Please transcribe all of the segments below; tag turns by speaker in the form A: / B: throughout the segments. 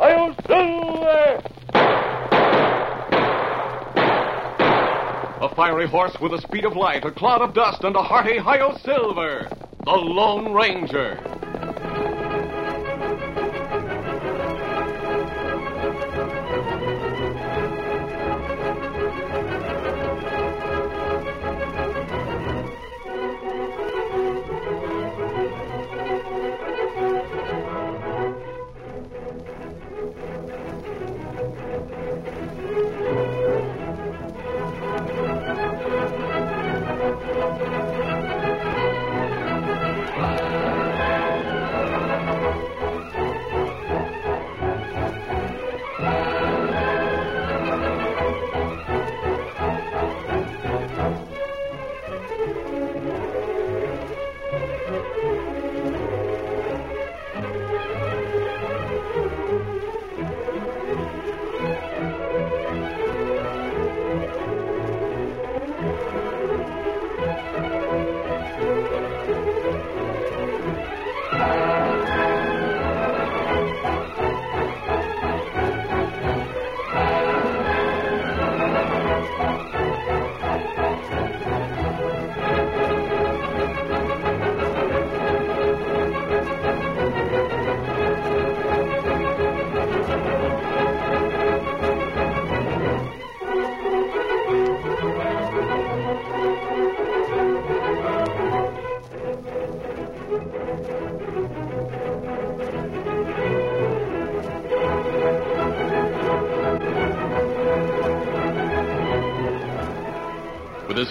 A: I'll Silver!
B: A fiery horse with the speed of light, a cloud of dust, and a hearty Hio Silver, the Lone Ranger. With his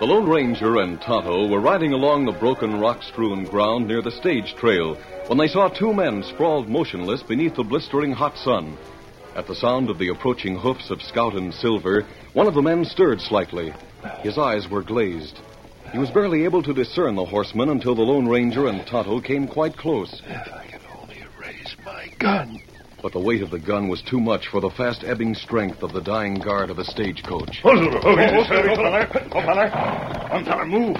B: The Lone Ranger and Tonto were riding along the broken rock strewn ground near the stage trail when they saw two men sprawled motionless beneath the blistering hot sun. At the sound of the approaching hoofs of Scout and Silver, one of the men stirred slightly. His eyes were glazed. He was barely able to discern the horsemen until the Lone Ranger and Tonto came quite close.
C: If I can only raise my gun.
B: But the weight of the gun was too much for the fast ebbing strength of the dying guard of the stagecoach.
C: Hold it, hold
A: Oh,
C: it.
A: Silver, Silver,
C: Oh, fella. One fella, move.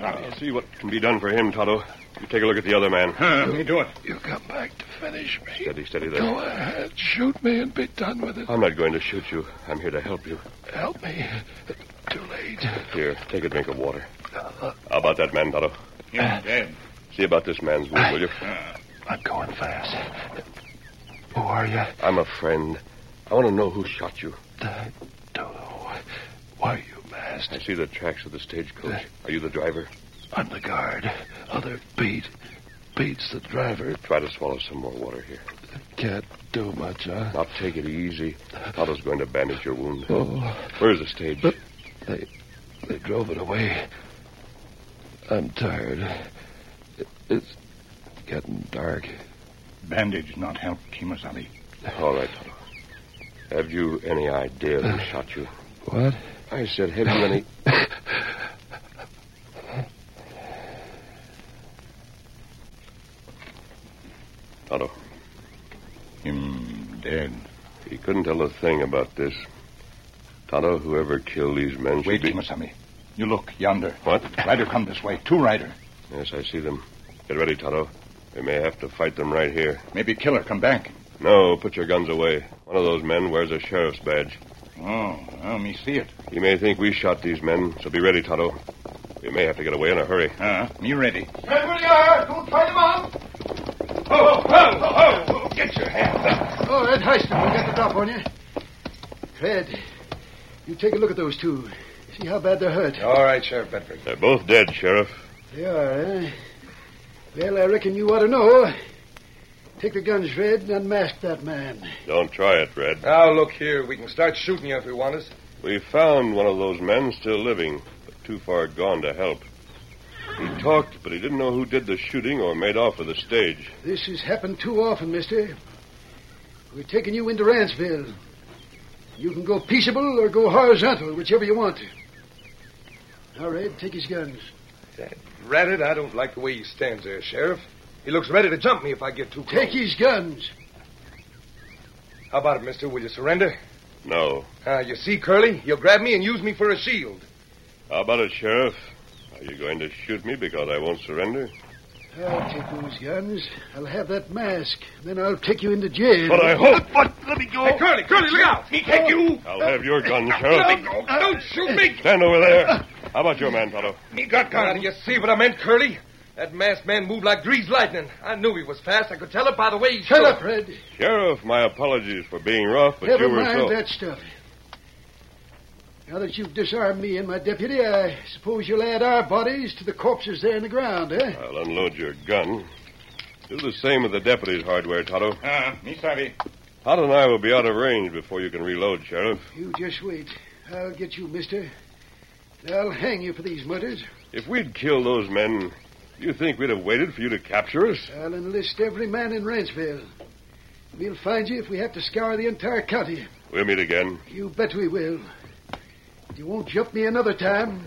C: I'll
D: See what can be done for him, Tonto. You take a look at the other man.
C: Let me do it. You come back to finish me.
D: Steady, steady
C: Go
D: there.
C: ahead, shoot me and be done with it.
D: I'm not going to shoot you. I'm here to help you.
C: Help me. Too late.
D: Here, take a drink of water. How about that man, Tonto?
C: He's dead.
D: See about this man's wound, will you?
C: I'm going fast. Who are you?
D: I'm a friend. I want to know who shot you.
C: I don't know. Why are you
D: I
C: masked?
D: see the tracks of the stagecoach. Are you the driver?
C: I'm the guard. Other beat. Beats the driver.
D: Try to swallow some more water here.
C: Can't do much, huh?
D: Now take it easy. Tonto's going to bandage your wound.
C: Oh.
D: Where's the stage?
C: But- They they drove it away. I'm tired. It- It's getting dark.
E: Bandage not help, Kimasali.
D: All right, Tonto. Have you any idea who shot you?
C: What?
D: I said, have you any... Tonto,
E: Him Hmm, dead.
D: he couldn't tell a thing about this. Tonto, whoever killed these men should
E: Wait,
D: be...
E: Kimasami. You look yonder.
D: What?
E: Rider come this way. Two rider.
D: Yes, I see them. Get ready, Tonto. We may have to fight them right here.
E: Maybe killer come back.
D: No, put your guns away. One of those men wears a sheriff's badge.
E: Oh, oh, me see it.
D: He may think we shot these men, so be ready, Tonto. We may have to get away in a hurry.
E: Huh? Me ready.
A: Here we are! Don't try them out!
F: Get your hand up.
C: Oh, Ed Heiston, we got the drop on you. Fred, you take a look at those two. See how bad they're hurt.
F: All right, Sheriff Bedford.
D: They're both dead, Sheriff.
C: They are, eh? Well, I reckon you ought to know. Take the guns, Fred, and unmask that man.
D: Don't try it, Red.
G: Now, look here. We can start shooting you if you want us.
D: We found one of those men still living, but too far gone to help. He talked, but he didn't know who did the shooting or made off with the stage.
C: This has happened too often, mister. We're taking you into Ranceville. You can go peaceable or go horizontal, whichever you want. Now, Red, take his guns.
G: Rat it, I don't like the way he stands there, Sheriff. He looks ready to jump me if I get too close.
C: Take his guns.
G: How about it, mister? Will you surrender?
D: No.
G: Uh, you see, Curly, you'll grab me and use me for a shield.
D: How about it, Sheriff? Are you going to shoot me because I won't surrender?
C: I'll take those guns. I'll have that mask. Then I'll take you into jail.
D: But I hope.
G: Hey, Curly, Curly, look out! Oh, Me take you!
D: I'll have your gun, Sheriff.
G: Don't shoot me!
D: Stand over there. How about your man, Tonto?
G: Me got gun. you see what I meant, Curly? That masked man moved like greased lightning. I knew he was fast. I could tell it by the way he
C: Shut
G: stood.
C: up, Red.
D: Sheriff, my apologies for being rough, but
C: Never
D: you were
C: mind
D: so.
C: that stuff. Now that you've disarmed me and my deputy, I suppose you'll add our bodies to the corpses there in the ground, eh?
D: I'll unload your gun. Do the same with the deputy's hardware, Tonto.
E: Uh,
F: Ah, me savvy.
D: Tonto and I will be out of range before you can reload, Sheriff.
C: You just wait. I'll get you, mister. And I'll hang you for these murders.
D: If we'd killed those men, you think we'd have waited for you to capture us?
C: I'll enlist every man in Ranchville. We'll find you if we have to scour the entire county.
D: We'll meet again.
C: You bet we will. You won't jump me another time.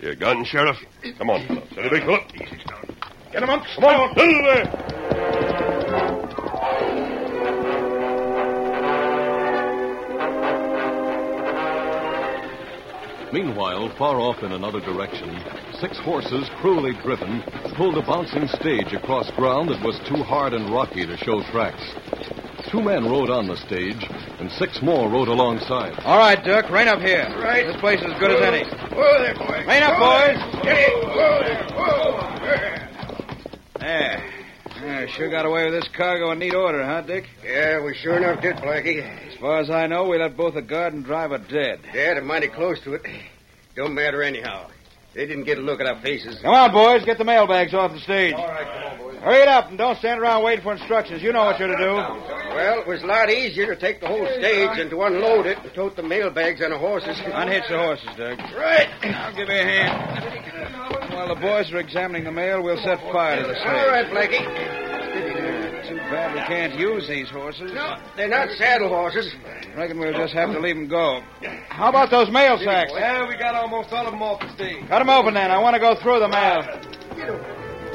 D: Your gun, Sheriff. Come on, fellow. Steady, big fellow.
F: Get him up.
D: Come on, little there.
B: Meanwhile, far off in another direction, six horses, cruelly driven, pulled a bouncing stage across ground that was too hard and rocky to show tracks. Two men rode on the stage, and six more rode alongside.
H: All right, Dirk, rein up here. Right. This place is as good as any.
F: Whoa there, boy.
H: Rein up, boys.
F: Get it. Whoa there. Whoa.
H: There. Yeah, sure got away with this cargo in neat order, huh, Dick?
I: Yeah, we sure enough did, Blackie.
H: As far as I know, we left both the guard and driver dead.
I: Dad, I'm mighty close to it. Don't matter anyhow. They didn't get a look at our faces.
H: Come on, boys, get the mailbags off the stage. All right, come on, boys. Hurry it up and don't stand around waiting for instructions. You know what you're to do.
I: Well, it was a lot easier to take the whole stage and to unload it and tote the mailbags on the horses.
H: Unhitch the horses, Dirk. Right. I'll give you a hand. While the boys are examining the mail, we'll set fire to the stage.
I: All right, Blackie. Steady there.
H: Too bad we can't use these horses.
I: No, they're not saddle horses.
H: Reckon we'll just have to leave them go. How about those mail sacks?
G: Well, we got almost all of them off the stage.
H: Cut them open then. I want to go through the mail.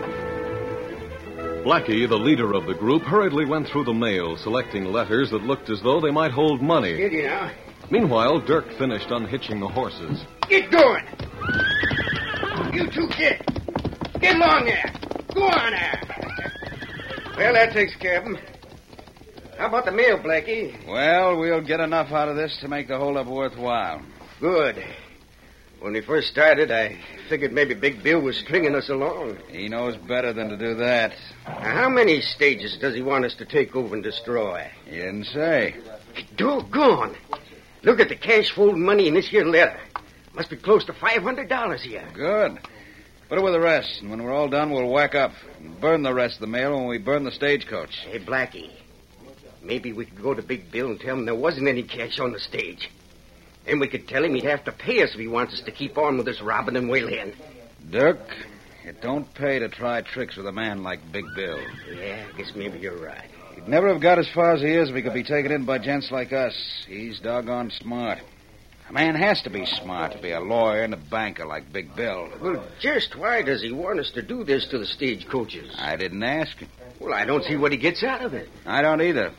B: Blackie, the leader of the group, hurriedly went through the mail, selecting letters that looked as though they might hold money.
I: Steady now.
B: Meanwhile, Dirk finished unhitching the horses.
I: Get going. You two kids. Get along there. Go on there. Well, that takes care of 'em. How about the mail, Blackie?
H: Well, we'll get enough out of this to make the holdup worthwhile.
I: Good. When we first started, I figured maybe Big Bill was stringing us along.
H: He knows better than to do that.
I: Now, how many stages does he want us to take over and destroy?
H: He didn't say.
I: Doggone. Look at the cash fold money in this here letter. Must be close to $500 here.
H: Good. Put it with the rest, and when we're all done, we'll whack up and burn the rest of the mail when we burn the stagecoach.
I: Hey, Blackie. Maybe we could go to Big Bill and tell him there wasn't any cash on the stage. Then we could tell him he'd have to pay us if he wants us to keep on with this robbing and whaling.
H: Dirk, it don't pay to try tricks with a man like Big Bill.
I: Yeah, I guess maybe you're right.
H: He'd never have got as far as he is if he could be taken in by gents like us. He's doggone smart. A man has to be smart to be a lawyer and a banker like Big Bill.
I: Well, just why does he want us to do this to the stage coaches?
H: I didn't ask him.
I: Well, I don't see what he gets out of it.
H: I don't either.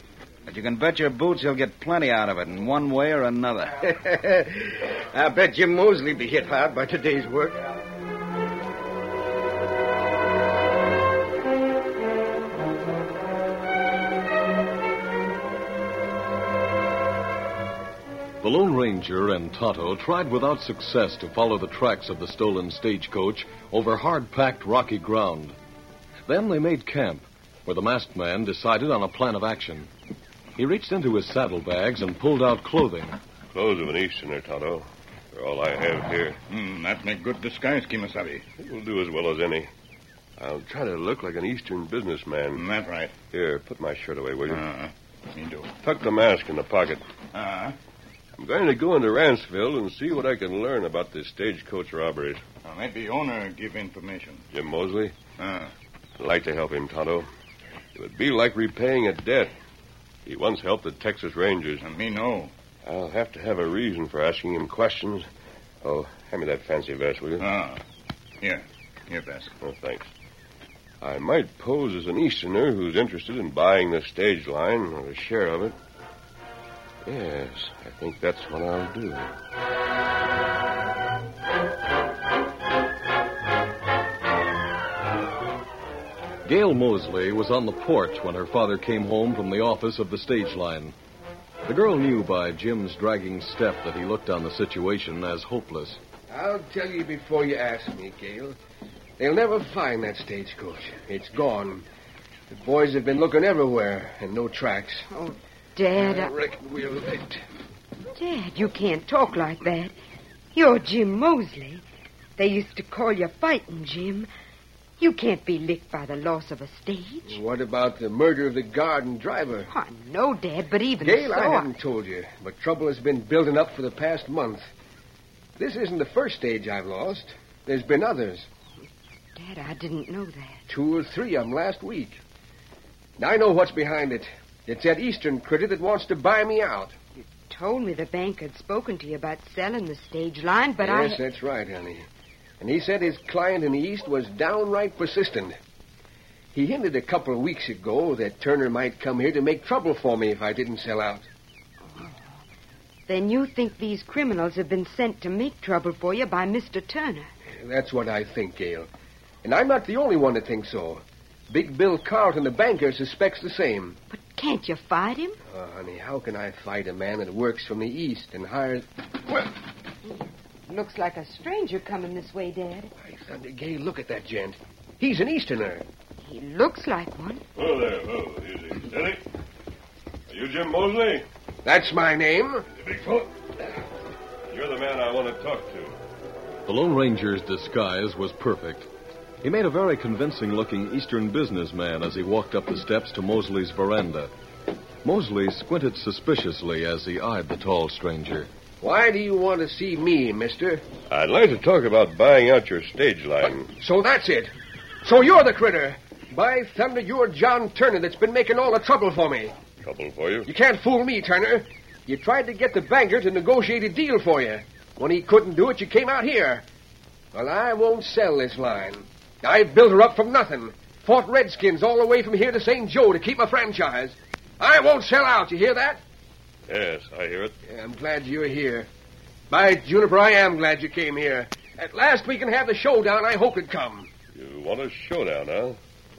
H: But you can bet your boots he'll get plenty out of it in one way or another.
I: I bet Jim Mosley be hit hard by today's work.
B: The Lone Ranger and Tonto tried without success to follow the tracks of the stolen stagecoach over hard packed rocky ground. Then they made camp, where the masked man decided on a plan of action. He reached into his saddlebags and pulled out clothing.
D: Clothes of an Easterner, Tonto. They're all I have here.
E: Hmm, that make good disguise, Kimasabi.
D: It will do as well as any. I'll try to look like an Eastern
F: Mm,
D: businessman.
E: Hmm, That right.
D: Here, put my shirt away, will you?
F: Uh,
E: Uh-huh. Me do.
D: Tuck the mask in the pocket.
E: Uh-huh.
D: I'm going to go into Ransville and see what I can learn about this stagecoach robberies.
E: Now, uh, maybe owner give information.
D: Jim Mosley,
E: Uh,
D: I'd like to help him, Tonto. It would be like repaying a debt. He once helped the Texas Rangers.
E: and me know.
D: I'll have to have a reason for asking him questions. Oh, hand me that fancy vest, will you?
E: Ah. Here. Here, Bass.
D: Oh, thanks. I might pose as an Easterner who's interested in buying the stage line or a share of it. Yes, I think that's what I'll do.
B: Gail Mosley was on the porch when her father came home from the office of the stage line. The girl knew by Jim's dragging step that he looked on the situation as hopeless.
G: I'll tell you before you ask me, Gale. They'll never find that stagecoach. It's gone. The boys have been looking everywhere, and no tracks.
J: Oh, Dad,
G: I
J: I-
G: reckon we're licked.
J: Dad, you can't talk like that. You're Jim Mosley. They used to call you Fighting Jim. You can't be licked by the loss of a stage.
G: What about the murder of the guard and driver?
J: I know, Dad, but even
G: Gail,
J: so,
G: I haven't told you, but trouble has been building up for the past month. This isn't the first stage I've lost. There's been others.
J: Dad, I didn't know that.
G: Two or three of 'em last week. Now I know what's behind it. It's that Eastern critter that wants to buy me out.
J: Told me the bank had spoken to you about selling the stage line, but I.
G: yes, that's right, honey. And he said his client in the East was downright persistent. He hinted a couple of weeks ago that Turner might come here to make trouble for me if I didn't sell out.
J: Then you think these criminals have been sent to make trouble for you by Mr. Turner.
G: That's what I think, Gail. And I'm not the only one that thinks so. Big Bill Carlton, the banker, suspects the same.
J: Can't you fight him?
I: Uh,
G: Oh, honey, how can I fight a man that works from the East and hires. Well,
J: Looks like a stranger coming this way, Dad.
G: Thunder, Gail, look at that gent. He's an Easterner.
J: He looks like one.
D: Whoa there, whoa. Easy, steady. Are you Jim Mosley?
G: That's my name.
D: Big foot. You're the man I want to talk to.
B: The Lone Ranger's disguise was perfect. He made a very convincing looking Eastern businessman as he walked up the steps to Mosley's veranda. Mosley squinted suspiciously as he eyed the tall stranger.
G: Why do you want to see me, mister?
D: I'd like to talk about buying out your stage line.
G: So that's it. So you're the critter. By thunder, you're John Turner that's been making all the trouble for me.
D: Trouble for you?
G: You can't fool me, Turner. You tried to get the banker to negotiate a deal for you. When he couldn't do it, you came out here. Well, I won't sell this line. I built her up from nothing. Fought Redskins all the way from here to St. Joe to keep my franchise. I won't sell out, you hear that?
D: Yes, I hear it.
G: Yeah, I'm glad you're here. By Juniper, I am glad you came here. At last we can have the showdown I hoped would come.
D: You want a showdown, huh?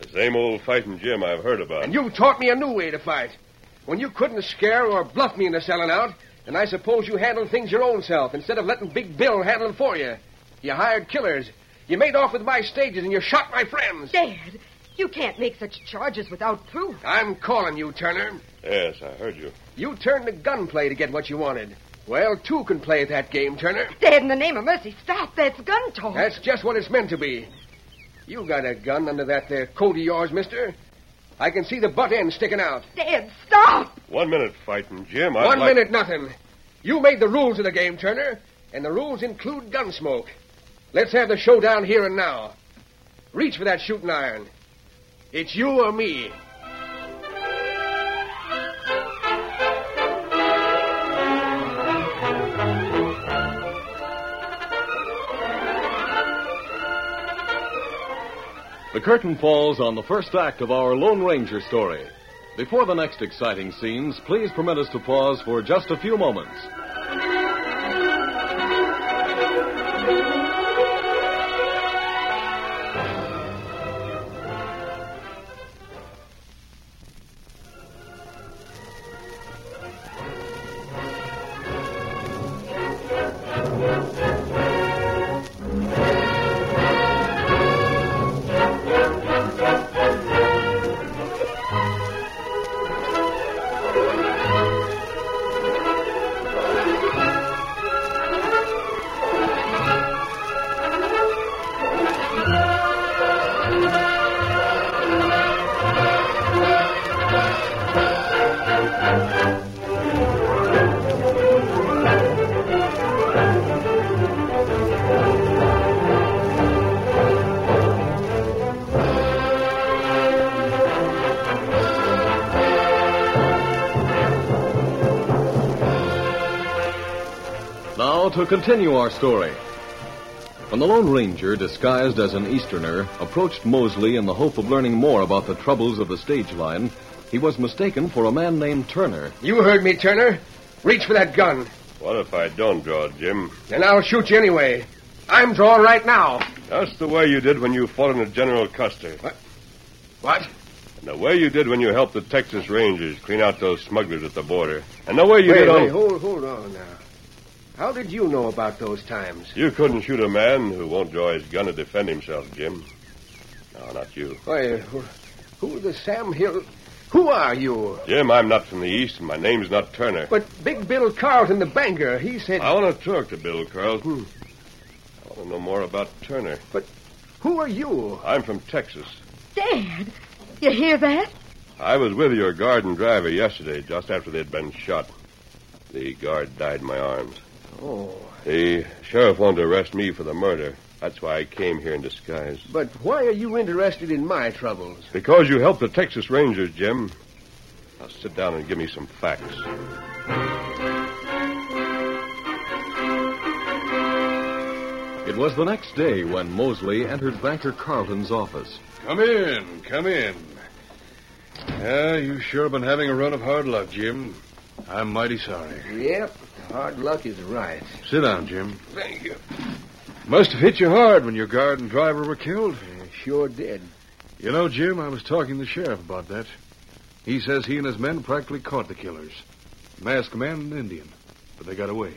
D: The same old fighting Jim I've heard about.
G: And you taught me a new way to fight. When you couldn't scare or bluff me into selling out, then I suppose you handled things your own self instead of letting Big Bill handle them for you. You hired killers. You made off with my stages and you shot my friends.
J: Dad, you can't make such charges without proof.
G: I'm calling you, Turner.
D: Yes, I heard you.
G: You turned to gunplay to get what you wanted. Well, two can play at that game, Turner.
J: Dad, in the name of mercy, stop. That's gun talk.
G: That's just what it's meant to be. You got a gun under that there coat of yours, mister. I can see the butt end sticking out.
J: Dad, stop.
D: One minute fighting Jim. I'd
G: One
D: like-
G: minute, nothing. You made the rules of the game, Turner, and the rules include gun smoke. Let's have the showdown here and now. Reach for that shooting iron. It's you or me.
B: The curtain falls on the first act of our Lone Ranger story. Before the next exciting scenes, please permit us to pause for just a few moments. to continue our story. When the Lone Ranger, disguised as an Easterner, approached Mosley in the hope of learning more about the troubles of the stage line, he was mistaken for a man named Turner.
G: You heard me, Turner. Reach for that gun.
D: What if I don't draw, Jim?
G: Then I'll shoot you anyway. I'm drawing right now.
D: Just the way you did when you fought under General Custer. What?
G: What?
D: And the way you did when you helped the Texas Rangers clean out those smugglers at the border. And the way you
G: wait,
D: did
G: wait,
D: on...
G: hold, hold on now. How did you know about those times?
D: You couldn't shoot a man who won't draw his gun to defend himself, Jim. No, not you.
G: Why, uh, who, who the Sam Hill? Who are you?
D: Jim, I'm not from the East, and my name's not Turner.
G: But Big Bill Carlton, the banker, he said.
D: I want to talk to Bill Carlton. I want to know more about Turner.
G: Hmm. But who are you?
D: I'm from Texas.
J: Dad, you hear that?
D: I was with your guard and driver yesterday, just after they'd been shot. The guard died in my arms.
G: Oh,
D: The sheriff wanted to arrest me for the murder. That's why I came here in disguise.
G: but why are you interested in my troubles?
D: Because you helped the Texas Rangers, Jim. Now sit down and give me some facts.
B: It was the next day when Mosley entered banker Carlton's office.
K: Come in, come in. Yeah, you sure been having a run of hard luck, Jim. I'm mighty sorry.
G: Yep, hard luck is right.
K: Sit down, Jim.
G: Thank you.
K: Must have hit you hard when your guard and driver were killed.
G: Sure did.
K: You know, Jim, I was talking to the sheriff about that. He says he and his men practically caught the killers. Masked man and Indian. But they got away.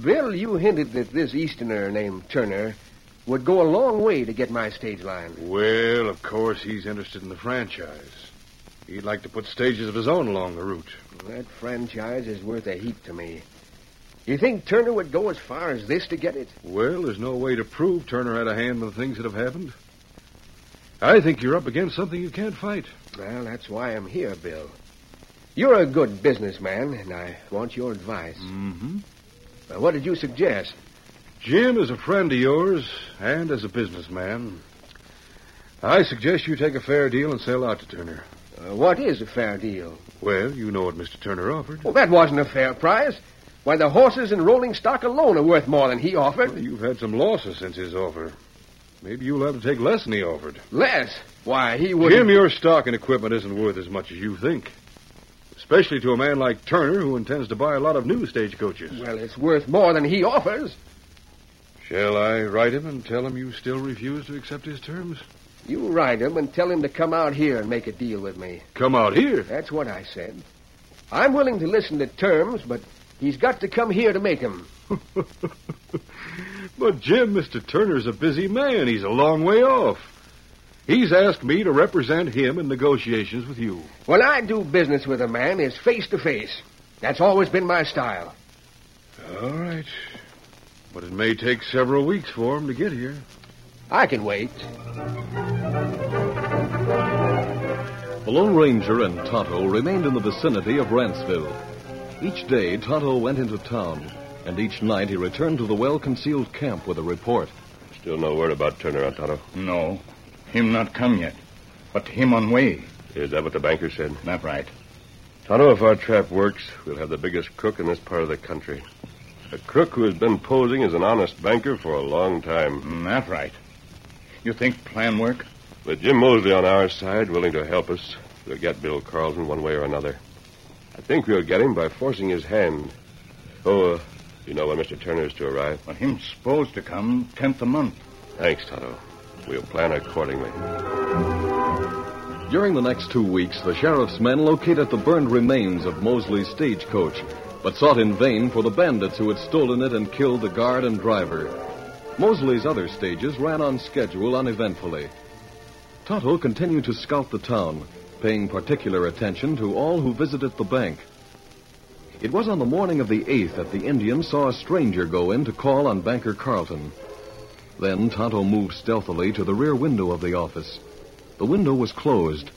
G: Bill, you hinted that this Easterner named Turner would go a long way to get my stage line.
K: Well, of course, he's interested in the franchise. He'd like to put stages of his own along the route.
G: That franchise is worth a heap to me. You think Turner would go as far as this to get it?
K: Well, there's no way to prove Turner had a hand in the things that have happened. I think you're up against something you can't fight.
G: Well, that's why I'm here, Bill. You're a good businessman, and I want your advice.
K: Mm-hmm.
G: Now, what did you suggest?
K: Jim is a friend of yours, and as a businessman, I suggest you take a fair deal and sell out to Turner.
G: Uh, what is a fair deal?
K: Well, you know what Mr. Turner offered.
G: Well, that wasn't a fair price. Why, the horses and rolling stock alone are worth more than he offered.
K: Well, you've had some losses since his offer. Maybe you'll have to take less than he offered.
G: Less? Why, he wouldn't.
K: Jim, your stock and equipment isn't worth as much as you think. Especially to a man like Turner, who intends to buy a lot of new stagecoaches.
G: Well, it's worth more than he offers.
K: Shall I write him and tell him you still refuse to accept his terms?
G: You ride him and tell him to come out here and make a deal with me.
K: Come out here.
G: That's what I said. I'm willing to listen to terms, but he's got to come here to make 'em.
K: but, Jim, Mr. Turner's a busy man. He's a long way off. He's asked me to represent him in negotiations with you.
G: When I do business with a man, it's face to face. That's always been my style.
K: All right. But it may take several weeks for him to get here.
G: I can wait.
B: The Lone Ranger and Tonto remained in the vicinity of Ranceville. Each day, Tonto went into town, and each night he returned to the well concealed camp with a report.
D: Still no word about Turner, Antonio.
E: No. Him not come yet. But him on way.
D: Is that what the banker said?
E: That right.
D: Tonto, if our trap works, we'll have the biggest crook in this part of the country. A crook who has been posing as an honest banker for a long time.
E: That right. You think plan work?
D: With Jim Mosley on our side, willing to help us, we'll get Bill Carlton one way or another. I think we'll get him by forcing his hand. Oh, uh, you know when Mr. Turner is to arrive?
E: But him supposed to come tenth of month.
D: Thanks, Tonto. We'll plan accordingly.
B: During the next two weeks, the sheriff's men located the burned remains of Mosley's stagecoach, but sought in vain for the bandits who had stolen it and killed the guard and driver. Mosley's other stages ran on schedule uneventfully. Tonto continued to scout the town, paying particular attention to all who visited the bank. It was on the morning of the 8th that the Indian saw a stranger go in to call on banker Carlton. Then Tonto moved stealthily to the rear window of the office. The window was closed,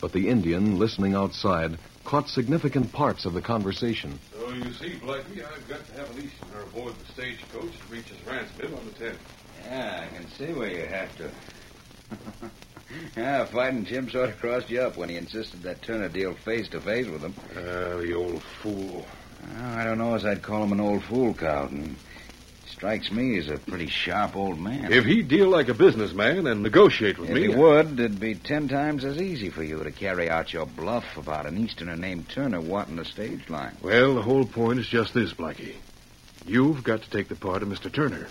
B: but the Indian, listening outside, caught significant parts of the conversation.
K: So you see, Blackie, I've got to have an Easterner aboard the stagecoach that reaches Ranceville on the 10th.
F: Yeah, I can see where you have to. yeah, fighting Jim sort of crossed you up when he insisted that Turner deal face to face with him.
K: Ah, the old fool.
F: I don't know as I'd call him an old fool, Carlton. Strikes me as a pretty sharp old man.
K: If he'd deal like a businessman and negotiate with
F: If
K: me.
F: he would, it'd be ten times as easy for you to carry out your bluff about an Easterner named Turner wanting the stage line.
K: Well, the whole point is just this, Blackie. You've got to take the part of Mr. Turner.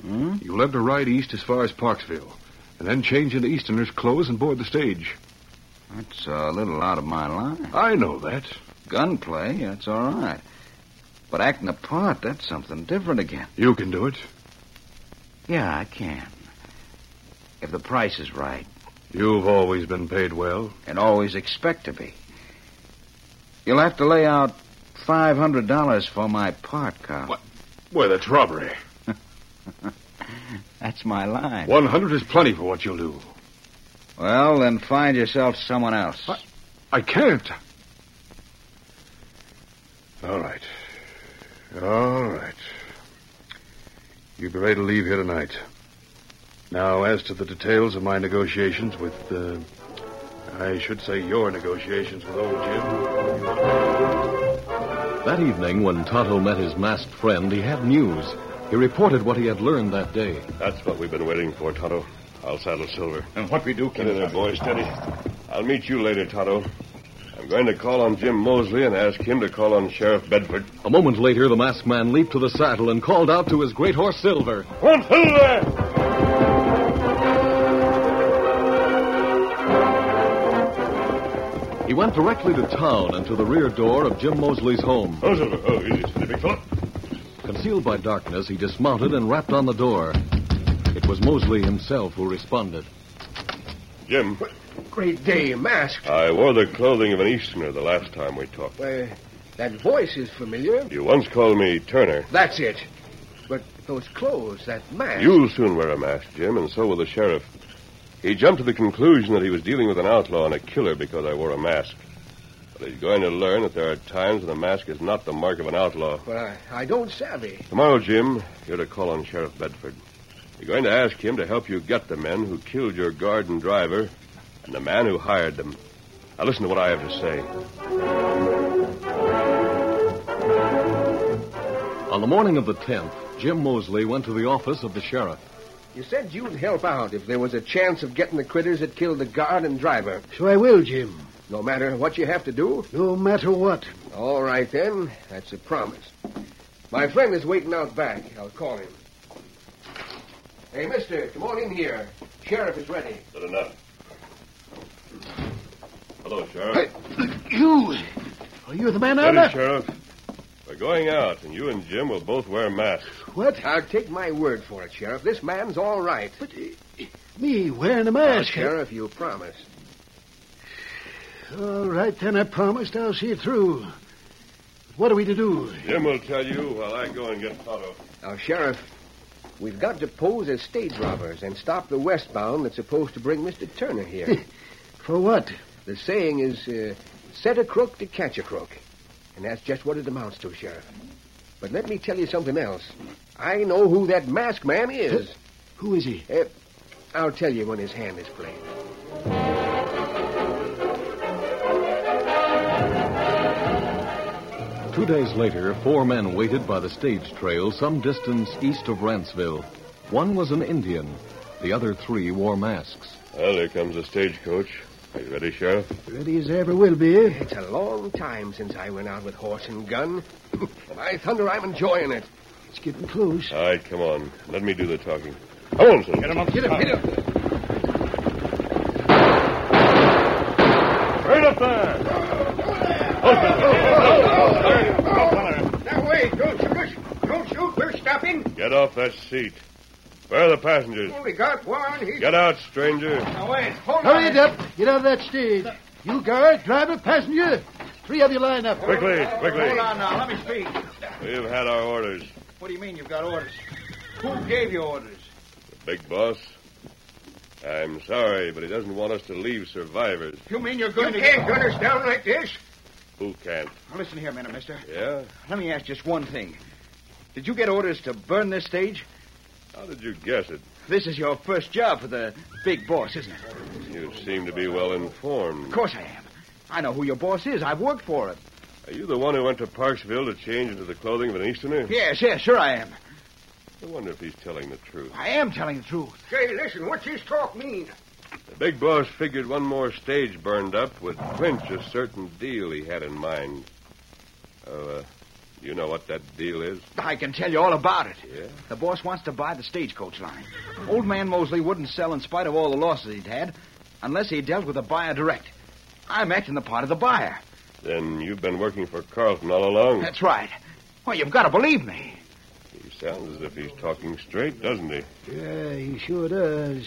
F: Hmm?
K: You'll have to ride east as far as Parksville, and then change into Easterner's clothes and board the stage.
F: That's a little out of my line.
K: I know that.
F: Gunplay, that's all right. But acting a part, that's something different again.
K: You can do it.
F: Yeah, I can. If the price is right.
K: You've always been paid well.
F: And always expect to be. You'll have to lay out $500 for my part, Carl. What?
K: Well, that's robbery.
F: That's my line.
K: One hundred is plenty for what you'll do.
F: Well, then find yourself someone else.
K: I can't. All right. All right. You'll be ready to leave here tonight. Now, as to the details of my negotiations with, uh, I should say your negotiations with old Jim.
B: That evening, when Tonto met his masked friend, he had news. He reported what he had learned that day.
D: That's what we've been waiting for, Tonto. I'll saddle Silver.
E: And what we do,
D: Get in there, boy. Steady. I'll meet you later, Tonto. I'm going to call on Jim Mosley and ask him to call on Sheriff Bedford.
B: A moment later, the masked man leaped to the saddle and called out to his great horse Silver.
A: One, two, there!
B: He went directly to town and to the rear door of Jim Mosley's home.
D: Oh, Silver. Oh, easy, steady, big fella.
B: Concealed by darkness, he dismounted and rapped on the door. It was Mosley himself who responded.
D: Jim,
G: Great day, masked.
D: I wore the clothing of an Easterner the last time we talked.
G: Well, Uh, that voice is familiar.
D: You once called me Turner.
G: That's it. But those clothes, that mask.
D: You'll soon wear a mask, Jim, and so will the sheriff. He jumped to the conclusion that he was dealing with an outlaw and a killer because I wore a mask. But he's going to learn that there are times when a mask is not the mark of an outlaw.
G: But I, I don't savvy.
D: Tomorrow, Jim, you're to call on Sheriff Bedford. You're going to ask him to help you get the men who killed your guard and driver and the man who hired them. Now, listen to what I have to say.
B: On the morning of the 10th, Jim Mosley went to the office of the sheriff.
G: You said you'd help out if there was a chance of getting the critters that killed the guard and driver.
I: So I will, Jim.
G: No matter what you have to do?
I: No matter what.
G: All right, then. That's a promise. My friend is waiting out back. I'll call him. Hey, mister, come on in here. Sheriff is ready.
D: Good enough. Hello, Sheriff.
L: You. Are you the man
D: Steady,
L: I met?
D: Sheriff. We're going out, and you and Jim will both wear masks.
G: What? I'll take my word for it, Sheriff. This man's all right. But
I: uh,
L: Me wearing a
G: now,
L: mask.
G: Sheriff, you promised.
L: All right, then I promised I'll see it through. What are we to do?
D: Jim will tell you while I go and get Toto.
G: Now, Sheriff, we've got to pose as stage robbers and stop the westbound that's supposed to bring Mr. Turner here.
L: For what?
G: the saying is, uh, set a crook to catch a crook. And that's just what it amounts to, Sheriff. But let me tell you something else. I know who that masked man is.
L: Who is he?
G: Uh, I'll tell you when his hand is played.
B: Two days later, four men waited by the stage trail some distance east of Rantsville. One was an Indian. The other three wore masks.
D: Well, here comes the stagecoach. Are you ready, Sheriff?
L: Ready as ever will be.
G: It's a long time since I went out with horse and gun. By thunder, I'm enjoying it.
L: It's getting close.
D: All right, come on. Let me do the talking. Come on, Silver.
L: Get him
D: up.
L: Get him,
G: hit him.
A: Right up there!
G: That way! Don't shoot! Don't shoot! We're stopping!
D: Get off that seat. Where are the passengers?
G: Only got one. He's
D: Get out, stranger.
G: Now, wait. Hold
L: Hurry it up. Get out of that stage. You guard, driver, passenger. Three of you line up.
D: Quickly, quickly.
M: Hold on now. Let me speak.
D: We've had our orders.
M: What do you mean you've got orders? Who gave you orders?
D: Big boss. I'm sorry, but he doesn't want us to leave survivors.
M: You mean you're going
G: You
M: to...
G: can't gun us down like this.
D: Who can't?
F: Now, listen here a minute, mister.
D: Yeah?
F: Let me ask just one thing. Did you get orders to burn this stage?
D: How did you guess it?
F: This is your first job for the big boss, isn't it?
D: You seem to be well informed.
F: Of course I am. I know who your boss is. I've worked for it.
D: Are you the one who went to Parksville to change into the clothing of an Easterner?
F: Yes, yes, sure I am.
D: I wonder if he's telling the truth.
N: I am telling the truth.
O: Say, listen, what's his talk mean?
D: The big boss figured one more stage burned up would clinch a certain deal he had in mind. Oh, uh, you know what that deal is?
G: I can tell you all about it.
D: Yeah?
G: The boss wants to buy the stagecoach line. Old man Mosley wouldn't sell in spite of all the losses he'd had unless he dealt with the buyer direct. I'm acting the part of the buyer.
D: Then you've been working for Carlton all along.
G: That's right. Well, you've got to believe me.
D: He sounds as if he's talking straight, doesn't he?
I: Yeah, he sure does.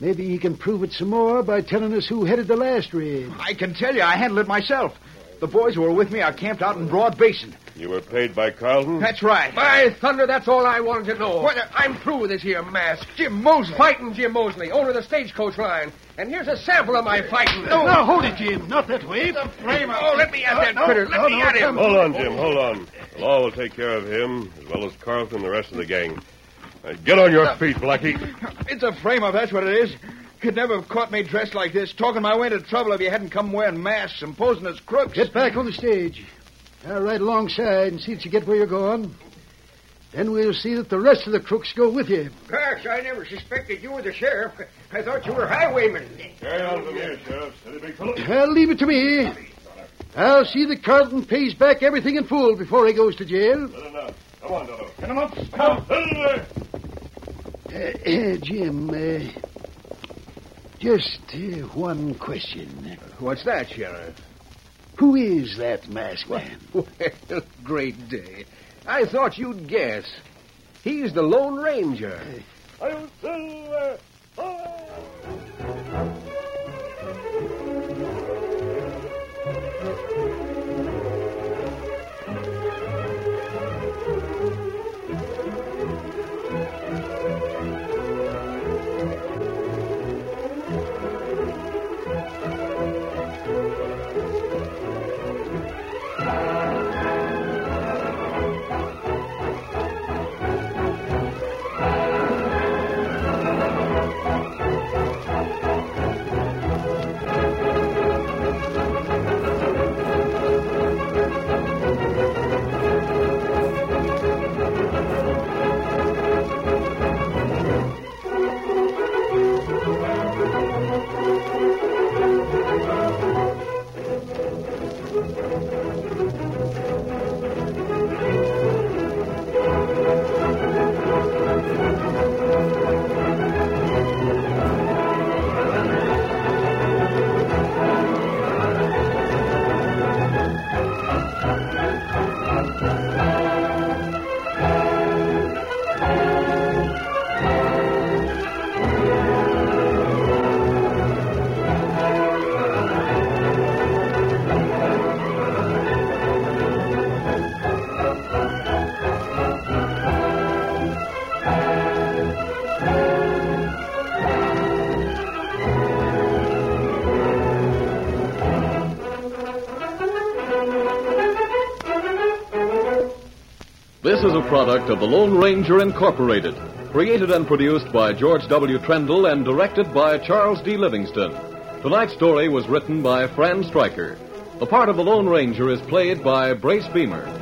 I: Maybe he can prove it some more by telling us who headed the last raid.
G: I can tell you, I handled it myself. The boys who were with me are camped out in Broad Basin.
D: You were paid by Carlton?
G: That's right.
P: By thunder, that's all I wanted to know.
G: What
P: I'm through with this here mask. Jim Mosley. Fighting Jim Mosley, owner of the stagecoach line. And here's a sample of my fighting.
Q: No, no, hold it, Jim. Not that way. The
P: frame Oh, let me at that critter. Let me at him.
D: Hold on, Jim. Hold on. The law will take care of him, as well as Carlton and the rest of the gang. Now, get on your feet, Blackie.
R: It's a frame up, that's what it is. You'd never have caught me dressed like this, talking my way into trouble if you hadn't come wearing masks and posing as crooks.
I: Get back on the stage. I'll ride alongside and see that you get where you're going. Then we'll see that the rest of the crooks go with you.
O: Gosh, I never suspected you were the sheriff. I thought you were highwaymen.
D: Carry on from here, Sheriff. Steady, big fellow.
I: Well, leave it to me. I'll see that Carlton pays back everything in full before he goes to jail.
D: Good enough. Come on, Dodo.
R: Get him up.
I: Uh, Jim, uh, just uh, one question.
S: What's that, Sheriff?
I: Who is that masked man?
S: Well, great day. I thought you'd guess. He's the Lone Ranger.
I: Eh,
T: I'll sell uh,
B: This is a product of the Lone Ranger Incorporated, created and produced by George W. Trendle and directed by Charles D. Livingston. Tonight's story was written by Fran Stryker. The part of the Lone Ranger is played by Brace Beamer.